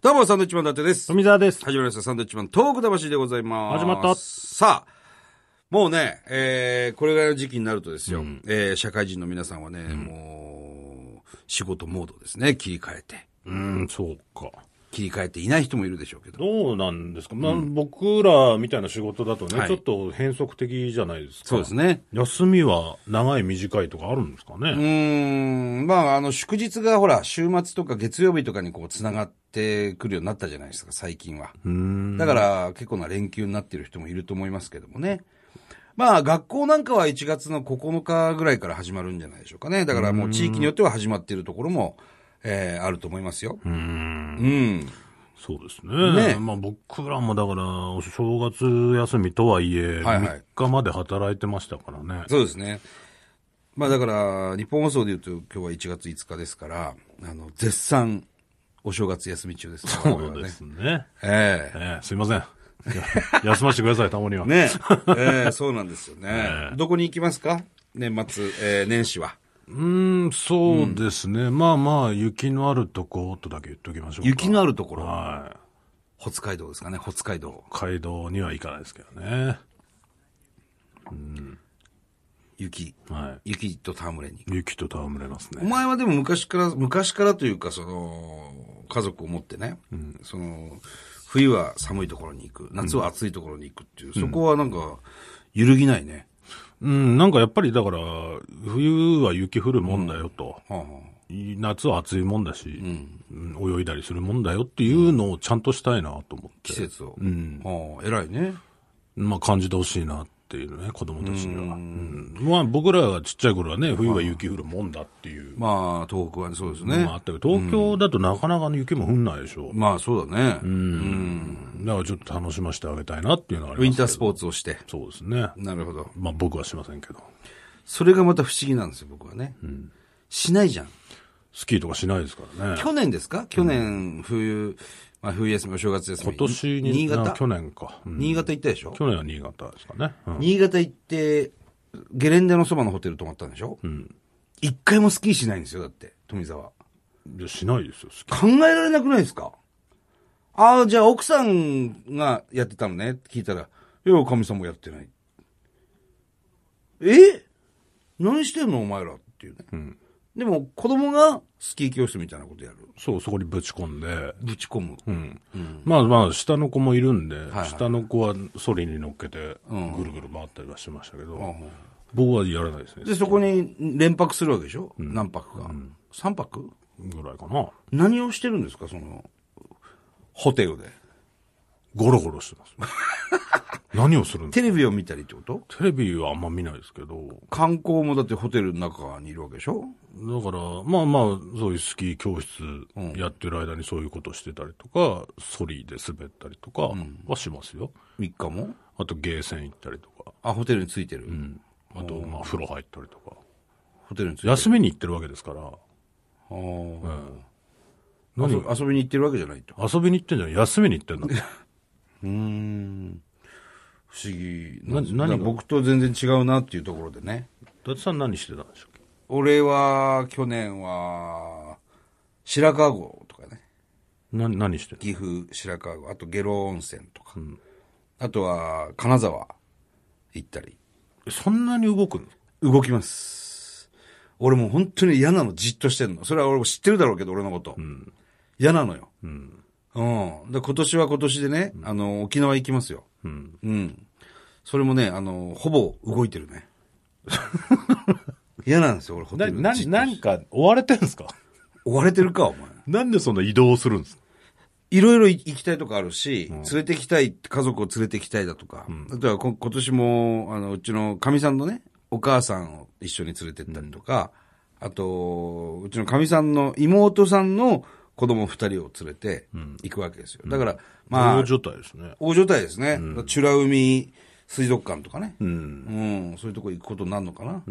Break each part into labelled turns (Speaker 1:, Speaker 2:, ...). Speaker 1: どうも、サンドウィッチマン伊達です。
Speaker 2: 富澤です。
Speaker 1: 始まりました、サンドウィッチマントーク魂でございます。
Speaker 2: 始まった
Speaker 1: さあ、もうね、えー、これぐらいの時期になるとですよ、えー、社会人の皆さんはね、もう、仕事モードですね、切り替えて。
Speaker 2: うん、そうか。
Speaker 1: 切り替えていない人もいるでしょうけど。
Speaker 2: どうなんですか、まあ僕らみたいな仕事だとね、
Speaker 1: はい
Speaker 2: ちょっと変則的じゃないですか。
Speaker 1: そうですね。
Speaker 2: 休みは長い短いとかあるんですか
Speaker 1: う
Speaker 2: ね、
Speaker 1: ーん、まあ、あの、祝日がほら、週末とか月曜日とかにこう、つながってくるようになったじゃないですか、最近は。
Speaker 2: うん、
Speaker 1: だから、結構な連休になってる人もいると思いますけどもね。まあ、学校なんかは1月の9日ぐらいから始まるんじゃないでしょうかね。だからもう地域によっては始まっているところも、えーあると思いますよ。
Speaker 2: う
Speaker 1: う
Speaker 2: ん。
Speaker 1: ん。
Speaker 2: そうです
Speaker 1: ね
Speaker 2: ね。まあ僕らもだから、お正月休みとはいえ、
Speaker 1: はいはい
Speaker 2: 3日まで働いてましたからね。
Speaker 1: そうですね。まあだから、日本放送で言うと今日は1月5日ですから、あの、絶賛、お正月休み中です。我々
Speaker 2: そ
Speaker 1: は
Speaker 2: う
Speaker 1: ね
Speaker 2: で。すね。
Speaker 1: ええ
Speaker 2: ええすいません。いや休ませてください、たまには。
Speaker 1: ねえ、えそうなんですよね。どこに行きますか年末、えー年始は。
Speaker 2: うーん、そうですね。まあまあ、雪のあるとことだけ言っときましょうか。
Speaker 1: 雪のあるところ、
Speaker 2: はい。
Speaker 1: 北海道ですかね、北海道。
Speaker 2: 街道には行かないですけどね。
Speaker 1: 雪。
Speaker 2: は
Speaker 1: 雪と戯れに。
Speaker 2: い。雪と戯れます
Speaker 1: お
Speaker 2: ね。
Speaker 1: 前はでも昔から、昔からというか、その、家族を持ってね、その、冬は寒いところに行く、夏は暑いところに行くっていう、そこはなんか、揺るぎないね。
Speaker 2: うん、なんかやっぱりだから、冬は雪降るもんだよと。
Speaker 1: はあはあ
Speaker 2: 夏は暑いもんだし、うん泳いだりするもんだよっていうのをちゃんとしたいなと思っ
Speaker 1: 季、
Speaker 2: て
Speaker 1: 節を。はあ偉いね。
Speaker 2: まあ感じてほしいなっていうね、子供たちには。うんまあ僕らがちっちゃい頃はね、冬は雪降るもんだっていう
Speaker 1: まあ、東北はねそうです
Speaker 2: の
Speaker 1: ね
Speaker 2: もあ。ったけど、東京だとなかなか雪も降んないでしょ。
Speaker 1: まあ、そうだね。
Speaker 2: うんだからちょっと楽しませてあげたいなっていうのはあ
Speaker 1: ウ
Speaker 2: り
Speaker 1: ィ
Speaker 2: ま
Speaker 1: ン
Speaker 2: す
Speaker 1: タースポーツをして。
Speaker 2: そうですね。
Speaker 1: なるほど。
Speaker 2: まあ僕はしませんけど。
Speaker 1: それがまた不思議なんですよ、僕はね。しないじゃん。
Speaker 2: スキーとかしないですからね。
Speaker 1: 去年ですか去年、冬、まあ、冬休み、お正月休み。
Speaker 2: 今年に、
Speaker 1: 新
Speaker 2: な
Speaker 1: 潟。
Speaker 2: 去年か、うん
Speaker 1: 新潟行ったでしょ
Speaker 2: 去年は新潟ですかね。うん
Speaker 1: 新潟行って、ゲレンデのそばのホテル泊まったんでしょ一回もスキーしないんですよ、だって、富澤。
Speaker 2: いやしないですよ、スキー。
Speaker 1: 考えられなくないですかああ、じゃあ奥さんがやってたのねって聞いたら、いや、かみさんもやってない。え何してんのお前らっていうね。でも、子供がスキー教室みたいなことやる。
Speaker 2: そう、そこにぶち込んで、
Speaker 1: ぶち込む。
Speaker 2: うん。まあまあ、下の子もいるんで、
Speaker 1: はい
Speaker 2: 下の子はソリに乗っけて、
Speaker 1: ん
Speaker 2: ぐるぐる回ったりはしましたけど、
Speaker 1: ん
Speaker 2: 僕はやらないですね
Speaker 1: で、。そこに連泊するわけでしょ、何泊か。三泊
Speaker 2: ぐらいかな。
Speaker 1: 何をしてるんですかその、ホテルで。
Speaker 2: ゴロゴロし てます。何をするんで
Speaker 1: テレビを見たりってこと
Speaker 2: すかテレビはあんま見ないですけど、
Speaker 1: 観光もだってホテルの中にいるわけでしょ
Speaker 2: だから、まあまあ、そういうスキー教室やってる間にそういうことしてたりとか、ソリで滑ったりとかはしますよ。
Speaker 1: ?3 日も
Speaker 2: あと、ゲーセン行ったりとか、
Speaker 1: あ、ホテルについてる。
Speaker 2: あと、まあ、風呂入ったりとか。
Speaker 1: ホテルについてる。
Speaker 2: 休みに行ってるわけですから、
Speaker 1: あー
Speaker 2: 何
Speaker 1: 遊遊びに行ってるわけじゃないと。
Speaker 2: 遊びに行ってんじゃない休みに行ってん だって。
Speaker 1: うーん。不思議なんですよ
Speaker 2: な何
Speaker 1: だ
Speaker 2: が
Speaker 1: から僕と全然違うなっていうところでね。
Speaker 2: 伊達さん何してたんでしょう
Speaker 1: 俺は、去年は、白川郷とかね。
Speaker 2: な何してた
Speaker 1: 岐阜白川郷。あと、下呂温泉とか。あとは、金沢行ったり。
Speaker 2: そんなに動くの
Speaker 1: 動きます。俺もう本当に嫌なの、じっとしてんの。それは俺も知ってるだろうけど、俺のこと。嫌なのよ。うん。で、今年は今年でね、あの、沖縄行きますよ。うん。それもね、あの、ほぼ動いてる ね。嫌なんですよ、俺、ホテル。じっと
Speaker 2: んか追われてるんですか
Speaker 1: 追われてるか、お前。
Speaker 2: なんでそんな移動するんですか
Speaker 1: いろいろ行きたいとかあるし、連れてきたい、家族を連れてきたいだとか、あとはこ今年も、あの、うちの神さんのね、お母さんを一緒に連れてったりとか、あと、うちの神さんの妹さんの子供二人を連れて行くわけですよ。だから、まあ
Speaker 2: 大、状態ですね。
Speaker 1: 大所帯ですね。チュラ海水族館とかね、うん。そういうとこ行くことになるのかな。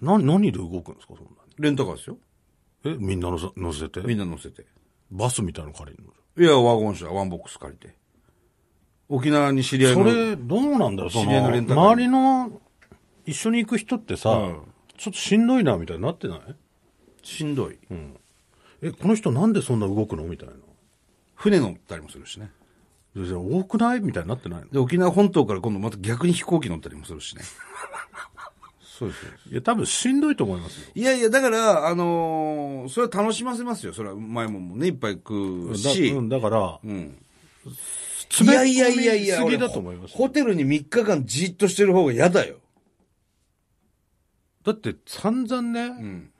Speaker 2: な何で動くんですかそんなに。
Speaker 1: レンタカーですよ。
Speaker 2: え、みんな乗せ乗せて
Speaker 1: みんな乗せて。
Speaker 2: バスみたいなの借りるの
Speaker 1: いや、ワゴン車、ワンボックス借りて。沖縄に知り合い
Speaker 2: そ
Speaker 1: の。
Speaker 2: れ、どうなんだろう、そ
Speaker 1: 知り合い
Speaker 2: の、
Speaker 1: のレンタカー
Speaker 2: 周りの、一緒に行く人ってさ、
Speaker 1: うん
Speaker 2: ちょっとしんどいな、みたいになってない
Speaker 1: しんどい。
Speaker 2: え、この人なんでそんな動くのみたいな。
Speaker 1: 船乗ったりもするしね。
Speaker 2: でそれ多くないみたいになってないの
Speaker 1: で、沖縄本島から今度また逆に飛行機乗ったりもするしね。そうですよ。
Speaker 2: いや、多分しんどいと思いますよ。
Speaker 1: いやいや、だから、あのーそれは楽しませますよ。それはうまいもんもね、いっぱい食うし。
Speaker 2: だうんだから、
Speaker 1: うん。い
Speaker 2: 詰め
Speaker 1: や
Speaker 2: 込み
Speaker 1: いやいやいや、
Speaker 2: すぎ
Speaker 1: 俺
Speaker 2: だと思いますよ。
Speaker 1: ホテルに3日間じっとしてる方が嫌だよ。
Speaker 2: だって散々ね、
Speaker 1: うん。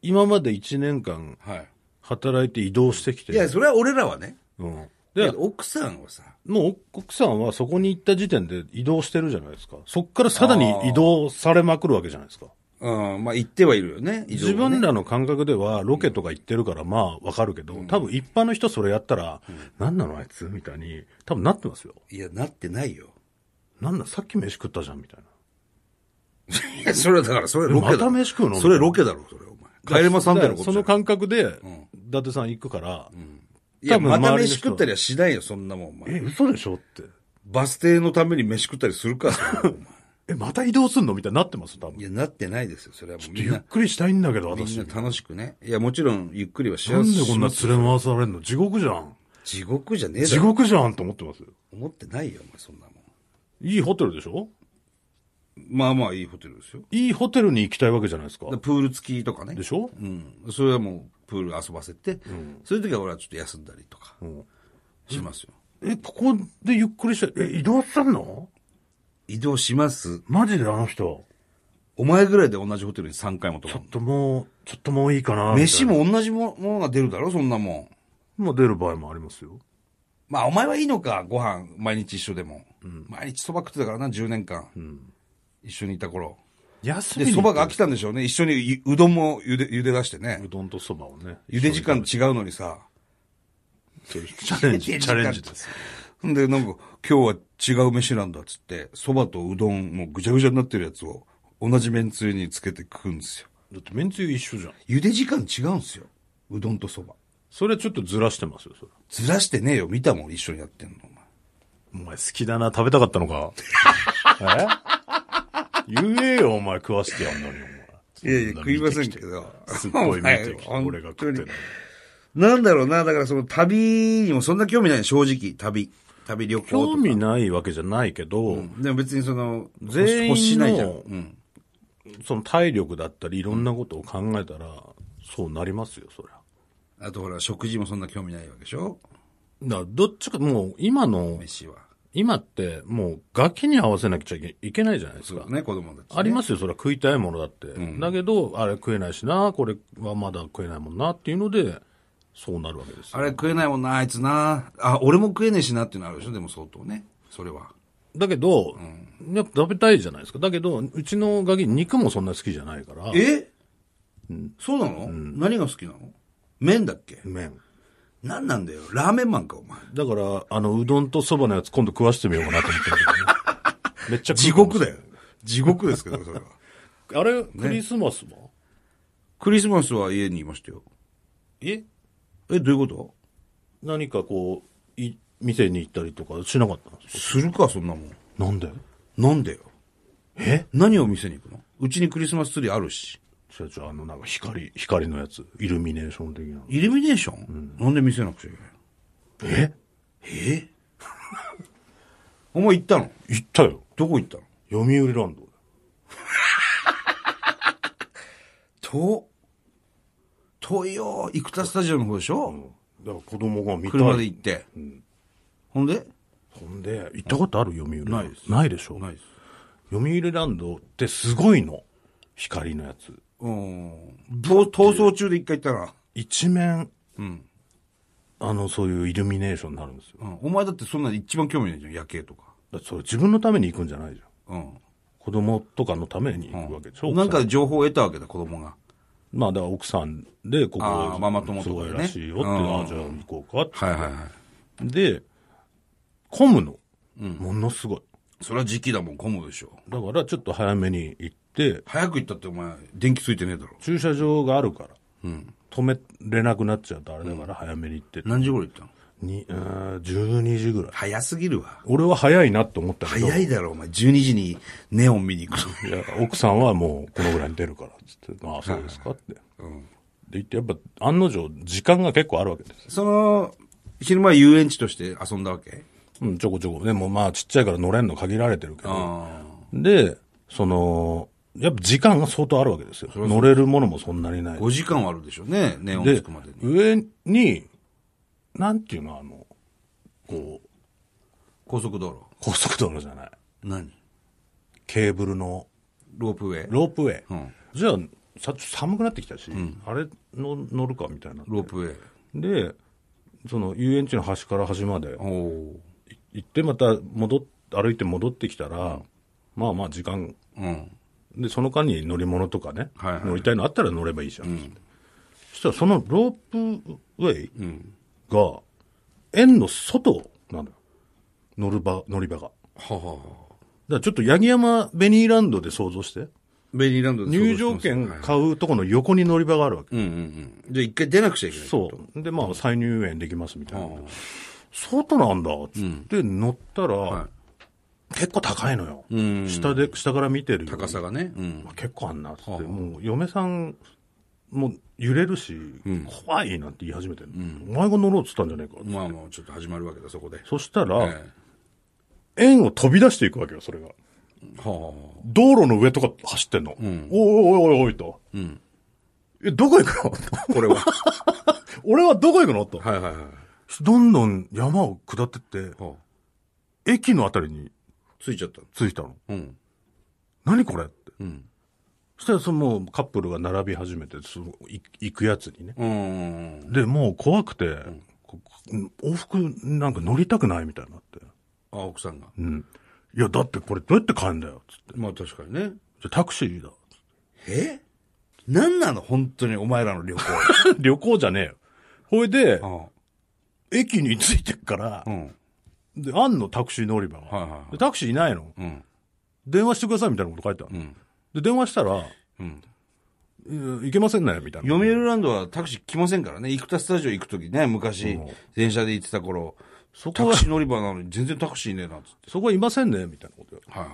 Speaker 2: 今まで1年間
Speaker 1: はい。
Speaker 2: 働いて移動してきて。
Speaker 1: いや、それは俺らはね。
Speaker 2: うん。
Speaker 1: い
Speaker 2: で
Speaker 1: や、奥さんはさ、
Speaker 2: もう奥さんはそこに行った時点で移動してるじゃないですか。そこからさらに移動されまくるわけじゃないですか。
Speaker 1: うん、まあ言ってはいるよね。移動
Speaker 2: 自
Speaker 1: はね
Speaker 2: 分らの感覚ではロケとか行ってるからまあわかるけど、多分一般の人それやったら、なん、なのあいつみたいに、多分なってますよ。
Speaker 1: いや、なってないよ。
Speaker 2: なんださっき飯食ったじゃんみたいな。
Speaker 1: いや、それはだから、それロケだろ。
Speaker 2: また飯食うの
Speaker 1: それロケだろ、それ、お前。帰れまさんでのことじ
Speaker 2: そ
Speaker 1: ゃん
Speaker 2: の感覚で、
Speaker 1: ん
Speaker 2: 伊達さん行くから、
Speaker 1: いや、
Speaker 2: 多分
Speaker 1: また
Speaker 2: 周りの
Speaker 1: 飯
Speaker 2: 人
Speaker 1: 食ったりはしないよ、そんなもん、お
Speaker 2: え、
Speaker 1: 前。
Speaker 2: 嘘でしょって。
Speaker 1: バス停のために飯食ったりするか、それお前。
Speaker 2: え、また移動すんのみたいになってます多 分。
Speaker 1: いや、なってないですよ、それはもうみん
Speaker 2: ゆっ
Speaker 1: な。
Speaker 2: くりしたいんだけど、
Speaker 1: み
Speaker 2: 私。
Speaker 1: んな
Speaker 2: なんで
Speaker 1: 楽しくね。いや、もちろん、ゆっくりはしやす
Speaker 2: こんな連れ回されるの地獄じゃん。
Speaker 1: 地獄じゃねえだ
Speaker 2: 地
Speaker 1: ろ。
Speaker 2: 獄じゃんと思ってますよ。
Speaker 1: 思ってないよ、お前、そんなもん。
Speaker 2: いいホテルでしょ
Speaker 1: まあまあ、いいホテルですよ。
Speaker 2: いいホテルに行きたいわけじゃないですか。
Speaker 1: プール付きとかね
Speaker 2: で。しょ
Speaker 1: うん。それはもう、プール遊ばせて、そういう時は俺はちょっと休んだりとか、しますよ。
Speaker 2: え、ここでゆっくりして、え、移動すんの
Speaker 1: 移動します。
Speaker 2: マジであの人。
Speaker 1: お前ぐらいで同じホテルに3回もと
Speaker 2: ちょ
Speaker 1: か
Speaker 2: っ。ともう、ちょっともういいかなみたいな。
Speaker 1: 飯も同じもものが出るだろ、そんなもん。
Speaker 2: もう出る場合もありますよ。
Speaker 1: まあ、お前はいいのか、ご飯、毎日一緒でも。毎日蕎麦食ってたからな、10年間。一緒にいた頃。
Speaker 2: 休
Speaker 1: で、
Speaker 2: みに
Speaker 1: 蕎
Speaker 2: 行った
Speaker 1: 麦が飽きたんでしょうね。一緒にゆうどんも茹で、茹で出してね
Speaker 2: う。どんとそばをね。
Speaker 1: 茹で時間違うのにさ。
Speaker 2: チャレ ンジ、チャレンジです。
Speaker 1: んで、なんか、今日は違う飯なんだっつって、蕎麦とうどんもうぐちゃぐちゃになってるやつを、同じ麺つゆにつけて食うんですよ。
Speaker 2: だってめんつゆ一緒じゃん。
Speaker 1: 茹で時間違うんですよ。うどんと蕎麦。
Speaker 2: それちょっとずらしてますよ、それ。
Speaker 1: ずらしてねえよ。見たもん、一緒にやってんの、お前。
Speaker 2: お前好きだな、食べたかったのか。え言えよ、お前食わしてやんのに、お
Speaker 1: い
Speaker 2: 前。
Speaker 1: やいや、食いませんけど。
Speaker 2: すっごい見てき て、
Speaker 1: お前
Speaker 2: 俺が食って
Speaker 1: 本。当
Speaker 2: る
Speaker 1: になんだろうな、だからその旅にもそんな興味ない、正直。旅。旅旅行とか。
Speaker 2: 興味ないわけじゃないけど、
Speaker 1: でも別にその、
Speaker 2: 全員の
Speaker 1: 欲しないじゃん。うん。
Speaker 2: その体力だったり、いろんなことを考えたら、そうなりますよ、そりゃ。
Speaker 1: あとほら、食事もそんな興味ないわけでしょ
Speaker 2: だからどっちか、もう今の、
Speaker 1: 飯は。
Speaker 2: 今ってもうガキに合わせなきゃいけいけないじゃないです
Speaker 1: そう
Speaker 2: か
Speaker 1: だ。ね、子供たち、ね。
Speaker 2: ありますよ、それは食いたいものだって。だけど、あれ食えないしな、これはまだ食えないもんなっていうので、そうなるわけですよ。
Speaker 1: あれ食えないもんな、あいつな。あ、俺も食えねえしなっていうのあるでしょでも相当ね。それは。
Speaker 2: だけど、やっぱ食べたいじゃないですか。だけど、うちのガキ肉もそんな好きじゃないから。
Speaker 1: え、そうなの、何が好きなの麺だっけ
Speaker 2: 麺。
Speaker 1: 何なんだよ。ラーメンマンか、お前。
Speaker 2: だから、あの、うどんとそばのやつ今度食わしてみようかなと思ってるけどね。 めっちゃ食
Speaker 1: 地
Speaker 2: うかもし
Speaker 1: 獄
Speaker 2: れ
Speaker 1: だ
Speaker 2: ない
Speaker 1: よ。地獄ですけど、それは。
Speaker 2: あれ、クリスマスは、
Speaker 1: クリスマスは家にいましたよ。
Speaker 2: え
Speaker 1: え、どういうこ
Speaker 2: 何かこう、い、店に行ったりとかしなかったんです
Speaker 1: とするか、そんなもん。
Speaker 2: かなんで
Speaker 1: なんでよ。
Speaker 2: え
Speaker 1: 何を見せに行くのうちにクリスマスツリーあるし。
Speaker 2: 社長、あの、なんか光、光のやつ、イルミネーション的なの。
Speaker 1: イルミネーション、なんで見せなくちゃいけないの
Speaker 2: え
Speaker 1: えお前行ったの
Speaker 2: 行ったよ。
Speaker 1: どこ行ったの
Speaker 2: 読売ランド。
Speaker 1: と、遠いよ。生田スタジオの方でしょ、
Speaker 2: だから子供が見たい。
Speaker 1: 車で行って。ほんで
Speaker 2: ほんで、行ったことある読売ランド。
Speaker 1: ないです
Speaker 2: ないでしょ
Speaker 1: ないです。
Speaker 2: 読売ランドってすごいの。光のやつ。
Speaker 1: うん。逃逃走中で一回行ったな。
Speaker 2: 一面、あの、そういうイルミネーションになるんですよ。
Speaker 1: うん。お前だってそんなの一番興味ないじゃん、夜景とか。
Speaker 2: だってそれ自分のために行くんじゃないじゃん。
Speaker 1: うん。
Speaker 2: 子供とかのために行くわけでしょ、
Speaker 1: なん
Speaker 2: 奥さ
Speaker 1: か情報を得たわけだ、子供が。
Speaker 2: ん、まあだから奥さんで、ここ、
Speaker 1: あーママ友
Speaker 2: す
Speaker 1: とか
Speaker 2: ご
Speaker 1: でね
Speaker 2: いらしいよって、
Speaker 1: うん
Speaker 2: ああ、じゃあ行こうかって。
Speaker 1: はいはいはい。
Speaker 2: で、混むの。ものすごい。
Speaker 1: それは時期だもん、混むでしょ。
Speaker 2: だからちょっと早めに行って、
Speaker 1: 早く行ったってお前、電気ついてねえだろ。
Speaker 2: 駐車場があるから、止めれなくなっちゃうとあれだから早めに行って、
Speaker 1: 何時頃行ったの
Speaker 2: にうーん12時ぐらい。
Speaker 1: 早すぎるわ。
Speaker 2: 俺は早いなって思ったけど、
Speaker 1: 早いだろ、お前。12時にネオン見に行くの。
Speaker 2: いや奥さんはもうこのぐらいに出るから、つって、ああ、そうですかって。で行って、やっぱ案の定時間が結構あるわけです。
Speaker 1: その、昼間は遊園地として遊んだわけ
Speaker 2: うん、ちょこちょこ。でもまあちっちゃいから乗れんの限られてるけど。
Speaker 1: あ
Speaker 2: で、その、やっぱ時間が相当あるわけですよ。乗れるものもそんなにない
Speaker 1: あ。。5時間はあるでしょうね、ネオンつ
Speaker 2: で
Speaker 1: くまでに、。
Speaker 2: 上に、なんていうの、あの、こう、
Speaker 1: 高速道路。
Speaker 2: 高速道路じゃない。
Speaker 1: 何
Speaker 2: ケーブルの
Speaker 1: ロープウェイ。
Speaker 2: ロープウェイ。
Speaker 1: うん
Speaker 2: じゃあ、さ寒くなってきたし、あれの乗るかみたいな。
Speaker 1: ロープウェイ。
Speaker 2: で、その遊園地の端から端まで
Speaker 1: おお
Speaker 2: 行って、また戻っ歩いて戻ってきたら、まあまあ時間、
Speaker 1: ー。うん。
Speaker 2: で、その間に乗り物とかね、
Speaker 1: はいはい
Speaker 2: 乗りたいのあったら乗ればいいじゃん。そしたらそのロープウェイが、園の外なのよ。乗る場、乗り場が。だか
Speaker 1: ははは
Speaker 2: らちょっと八木山ベニーランドで想像して。
Speaker 1: ベリーランドで
Speaker 2: 入場券買うとこの横に乗り場があるわけ。
Speaker 1: うんうんうん。じゃあ一回出なくちゃいけない。
Speaker 2: そう。で、まあ、再入園できますみたいな。外なんだ、つって乗ったら、結構高いのよ。
Speaker 1: ん
Speaker 2: 下で、下から見てるよ
Speaker 1: 高さがね。うん。
Speaker 2: 結構あんな、つって。もう、嫁さん、もう揺れるし、怖いなんて言い始めてる、お前が乗ろうっつったんじゃねえか。
Speaker 1: まあもうちょっと始まるわけだ、そこで。
Speaker 2: そしたら、
Speaker 1: え
Speaker 2: 園を飛び出していくわけよ、それが。
Speaker 1: えはあはあ。
Speaker 2: 道路の上とか走ってんの。おいおいおいおいと。
Speaker 1: ん
Speaker 2: え、どこ行くの
Speaker 1: これは。は
Speaker 2: 俺はどこ行くのと。
Speaker 1: い はいはい。
Speaker 2: どんどん山を下ってって、
Speaker 1: はあ、
Speaker 2: 駅のあたりに
Speaker 1: ついちゃった。
Speaker 2: 着いたの。
Speaker 1: うん。
Speaker 2: 何これって。
Speaker 1: うん。
Speaker 2: そしたらそのもうカップルが並び始めて、そのい行くやつにね。
Speaker 1: うん。
Speaker 2: で、もう怖くて、こ往復なんか乗りたくないみたいになって。
Speaker 1: あ、奥さんが。
Speaker 2: うん。いや、だってこれどうやって帰んだよ、つって。
Speaker 1: まあ確かにね。
Speaker 2: じゃあタクシーだ。
Speaker 1: えなんなの本当にお前らの旅行。
Speaker 2: 旅行じゃねえよ。ほいで、
Speaker 1: あ
Speaker 2: 駅に着いてっから
Speaker 1: あう、ん。
Speaker 2: で、あんのタクシー乗り場が。
Speaker 1: はいはいはい
Speaker 2: でタクシーいないの。
Speaker 1: うん。
Speaker 2: 電話してくださいみたいなこと書いてある。
Speaker 1: うん。
Speaker 2: で、電話したら、
Speaker 1: うん。
Speaker 2: うん、いけませんね、みたいな。
Speaker 1: 読売ランドはタクシー来ませんからね。生田スタジオ行くときね、昔
Speaker 2: うん、
Speaker 1: 電車で行ってた頃、
Speaker 2: そ
Speaker 1: タ
Speaker 2: こは
Speaker 1: ク、シー乗り場なのに全然タクシーいねえな、つって。
Speaker 2: そこはいませんね、みたいなことよ。
Speaker 1: はいは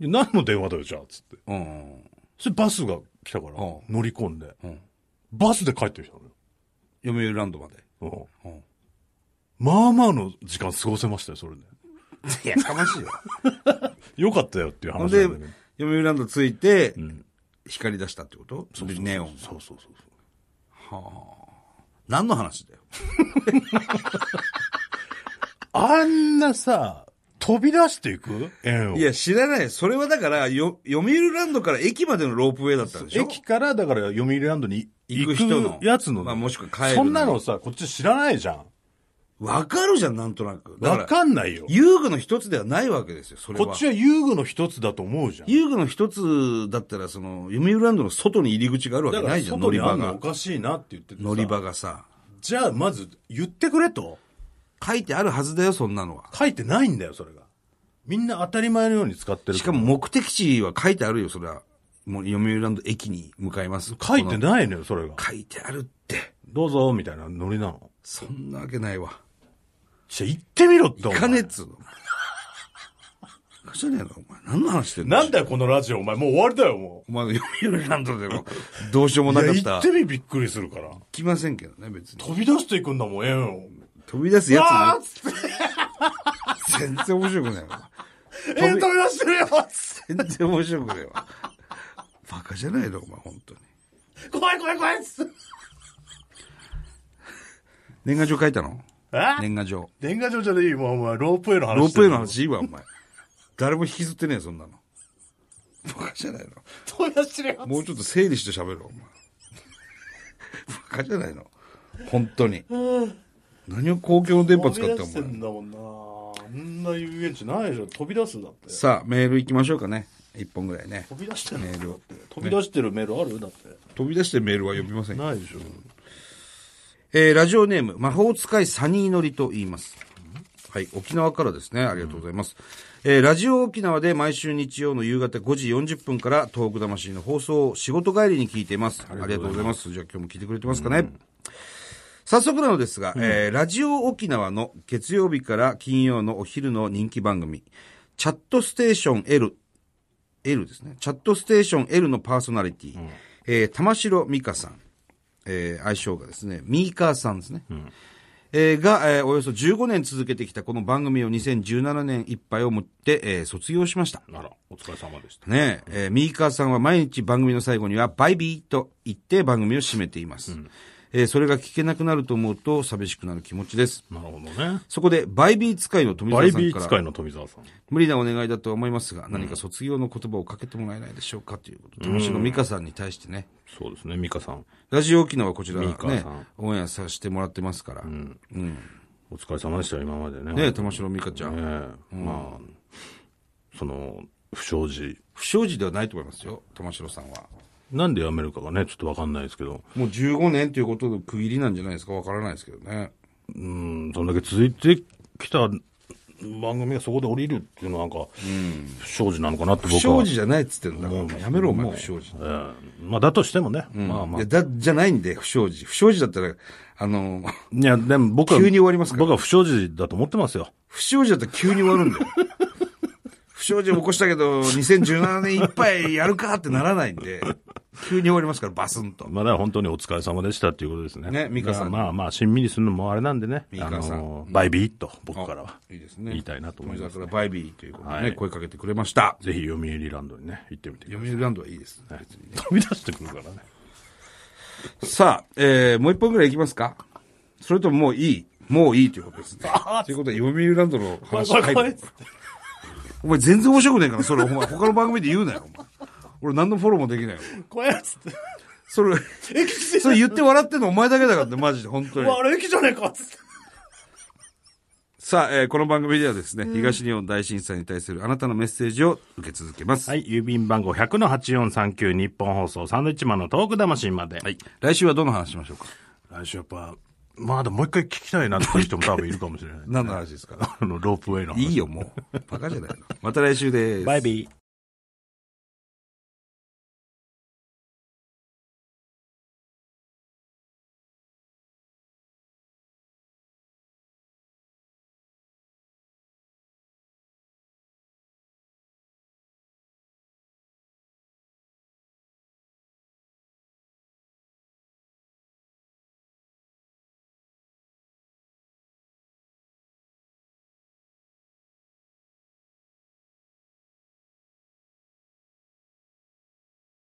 Speaker 1: い
Speaker 2: や何の電話だよ、じゃあ、つって。
Speaker 1: い。うん。
Speaker 2: それバスが来たから
Speaker 1: うん、
Speaker 2: 乗り込んで、
Speaker 1: うん
Speaker 2: バスで帰ってきたのよ。
Speaker 1: 読売ランドまで。
Speaker 2: うん
Speaker 1: うん。
Speaker 2: まあまあの時間過ごせましたよ、それで。
Speaker 1: いや、かましいよ。
Speaker 2: よかったよっていう
Speaker 1: ほん
Speaker 2: 話
Speaker 1: で、
Speaker 2: なん
Speaker 1: 読
Speaker 2: だけど。
Speaker 1: 売ランド着いて、光り出したってことネオン。
Speaker 2: そうそうそうそう。
Speaker 1: 何の話だよ。
Speaker 2: あんなさ、飛び出していく円を。
Speaker 1: いや、知らない。それはだから、よ、読売ランドから駅までのロープウェイだったんでしょ
Speaker 2: 駅から、だから、読売ランドに
Speaker 1: 行
Speaker 2: 行
Speaker 1: く
Speaker 2: く
Speaker 1: 人の
Speaker 2: やつの、
Speaker 1: まあもしくは帰るの
Speaker 2: そんなのさ、こっち知らないじゃん。
Speaker 1: わかるじゃん、なんとなく。だから
Speaker 2: わかんないよ。
Speaker 1: 遊具の一つではないわけですよ、それは。
Speaker 2: こっちは遊具の一つだと思うじゃん。
Speaker 1: 遊具の一つだったら、その、読売ランドの外に入り口があるわけ
Speaker 2: だか
Speaker 1: な
Speaker 2: ら、
Speaker 1: いじゃん、
Speaker 2: 外
Speaker 1: 乗り
Speaker 2: にあ
Speaker 1: 場
Speaker 2: んの
Speaker 1: が
Speaker 2: お。かしいなって言っててさ
Speaker 1: 乗り場がさ。
Speaker 2: じゃあ、まず、言ってくれと。
Speaker 1: 書いてあるはずだよ、そんなのは。
Speaker 2: 書いてないんだよ、それが。みんな当たり前のように使ってるら。
Speaker 1: しかも目的地は書いてあるよ、それは。もう、読売ランド駅に向かいます。
Speaker 2: 書いて
Speaker 1: い
Speaker 2: ないのよ、それが。
Speaker 1: 書いてあるって。
Speaker 2: どうぞ、みたいなノリなの。
Speaker 1: そんなわけないわ。
Speaker 2: じゃあ行ってみろって。お前
Speaker 1: 行かねえっつうの。おかしいねえのお前。何の話してんの
Speaker 2: なんだよ、このラジオ。お前、もう終わりだよ、も
Speaker 1: お前の読売ランドでも、どうしようも
Speaker 2: う。
Speaker 1: ないか
Speaker 2: や、
Speaker 1: っ
Speaker 2: 行
Speaker 1: た
Speaker 2: って。み、びっくりするから。
Speaker 1: 来ませんけどね、別に。
Speaker 2: 飛び出していくんだもん、ええよ。
Speaker 1: 飛び出すや
Speaker 2: あーっ
Speaker 1: つ
Speaker 2: つって、
Speaker 1: ね、全然面白くないわ。
Speaker 2: ええ飛び出してるよつ
Speaker 1: 全
Speaker 2: っ
Speaker 1: 然面白くないわ。バカじゃないの、お前、本当に。
Speaker 2: て怖い怖い怖いっつって。
Speaker 1: 年賀状書いたの
Speaker 2: え
Speaker 1: 年賀状。
Speaker 2: 年賀状じゃねえよ、今、お前、ロープウェイの話。
Speaker 1: ロープウェイの。話いいわ、お前。誰も引きずってねえ、そんなの。バカじゃないの。
Speaker 2: 飛び出してるよ。
Speaker 1: もうちょっと整理して喋ろう、お前。バカじゃないの。本当に。何を公共の電波使って、お
Speaker 2: 飛び出して
Speaker 1: 前。
Speaker 2: んだもんな。あんな遊園地ないでしょ。飛び出すんだって。
Speaker 1: さあ、メール行きましょうかね。一本ぐらいね。
Speaker 2: 飛び出してる
Speaker 1: メールを。
Speaker 2: 飛び出してるメールあるだって。
Speaker 1: 飛び出してメールは読みませんよ
Speaker 2: ないでしょ。
Speaker 1: えーラジオネーム、魔法使いサニーノリと言います。はい、沖縄からですね。ありがとうございます。えーラジオ沖縄で毎週日曜の夕方5時40分から、東北魂の放送を仕事帰りに聞いています。ありがとうございます。じゃあ今日も聞いてくれてますかね。早速なのですが、えーラジオ沖縄の月曜日から金曜のお昼の人気番組、チャットステーション L、L ですね。チャットステーション L のパーソナリティ、えー玉城美香さん、えー愛称がですね、ミーカーさんですね。えーが、えーおよそ15年続けてきたこの番組を2017年いっぱいをもって、えー卒業しました。
Speaker 2: なら、お疲れ様でした。
Speaker 1: ねえ、えー、ミーカーさんは毎日番組の最後には、バイビーと言って番組を締めています。えーそれが聞けなくなると思うと寂しくなる気持ちです。
Speaker 2: なるほどね。
Speaker 1: そこで、バイビー使いの富
Speaker 2: バ
Speaker 1: 澤
Speaker 2: イ
Speaker 1: さん
Speaker 2: ビ
Speaker 1: か
Speaker 2: ー
Speaker 1: ら、
Speaker 2: 使いの富澤さん。
Speaker 1: 無理なお願いだとは思いますが、何か卒業の言葉をかけてもらえないでしょうかということで、もしのミカさんに対してね、
Speaker 2: そうですね、ミカさん。
Speaker 1: ラジオ沖縄はこちら
Speaker 2: ミカ
Speaker 1: ね
Speaker 2: さん、
Speaker 1: オンエアさせてもらってますから、うん。
Speaker 2: お疲れ様でしたよ、今までね。
Speaker 1: ねえ、玉城ミカちゃん、
Speaker 2: ええまあ、その、不祥事。
Speaker 1: 不祥事ではないと思いますよ、玉城さんは。
Speaker 2: なんで辞めるかがね、ちょっとわかんないですけど、
Speaker 1: もう15年ということの区切りなんじゃないですか、わからないですけどね。
Speaker 2: うん、そんだけ続いてきた番組がそこで降りるっていうのはなんか、不祥事なのかなって僕
Speaker 1: 不
Speaker 2: は。
Speaker 1: 祥事じゃないっつってんだから、
Speaker 2: もう
Speaker 1: もうやめろ、お前、不祥事。
Speaker 2: ええまあ、だとしてもね、まあま
Speaker 1: い
Speaker 2: あ
Speaker 1: や。だ、じゃないんで、不祥事。不祥事だったら、あの、
Speaker 2: いや、でも僕は、
Speaker 1: 急に終わりますから
Speaker 2: 僕は不祥事だと思ってますよ。
Speaker 1: 不祥事だったら急に終わるんだよ。 不祥事起こしたけど、2017年いっぱいやるかってならないんで、急に終わりますから、バスンと。
Speaker 2: まあ、だから本当にお疲れ様でしたっていうことですね。
Speaker 1: ね美香さん
Speaker 2: まあまあまあ、しんみりするのもあれなんでね、
Speaker 1: 美香さん
Speaker 2: あのバイビーっと、僕からは。
Speaker 1: いいですね。
Speaker 2: 言いたいなと思います
Speaker 1: 富澤からバイビーということでね、
Speaker 2: はい
Speaker 1: 声かけてくれました。
Speaker 2: ぜひ、読売ランドにね、行ってみてくだ
Speaker 1: 読売ランドはいいです。
Speaker 2: さい。飛び出してくるからね。
Speaker 1: さあ、えー、もう一本ぐらい行きますかそれとももういいもういいということですね。ということで、読売ランドの話
Speaker 2: これこ
Speaker 1: 入
Speaker 2: れ
Speaker 1: るお前全然面白くねえから、それ、お前、他の番組で言うなよ、お前。俺何のフォローもできないよ。
Speaker 2: これつって。
Speaker 1: それ、
Speaker 2: 駅じ
Speaker 1: それ言って笑ってんのお前だけだからね、マジで、本当に。
Speaker 2: れ駅じゃねえかつって。
Speaker 1: さあ、えーこの番組ではですね、東日本大震災に対するあなたのメッセージを受け続けます。
Speaker 2: はい、郵便番号100-8439日本放送サンドイッチマンのトーク魂まで。はい。
Speaker 1: 来週はどの話しましょうか
Speaker 2: 来週やっぱ、まだもう一回聞きたいなっていう人も多分いるか もしれない。
Speaker 1: 何の話ですか
Speaker 2: あの、ロープウェイの話
Speaker 1: いいよ、もう。バカじゃないの。また来週です。
Speaker 2: バイビー。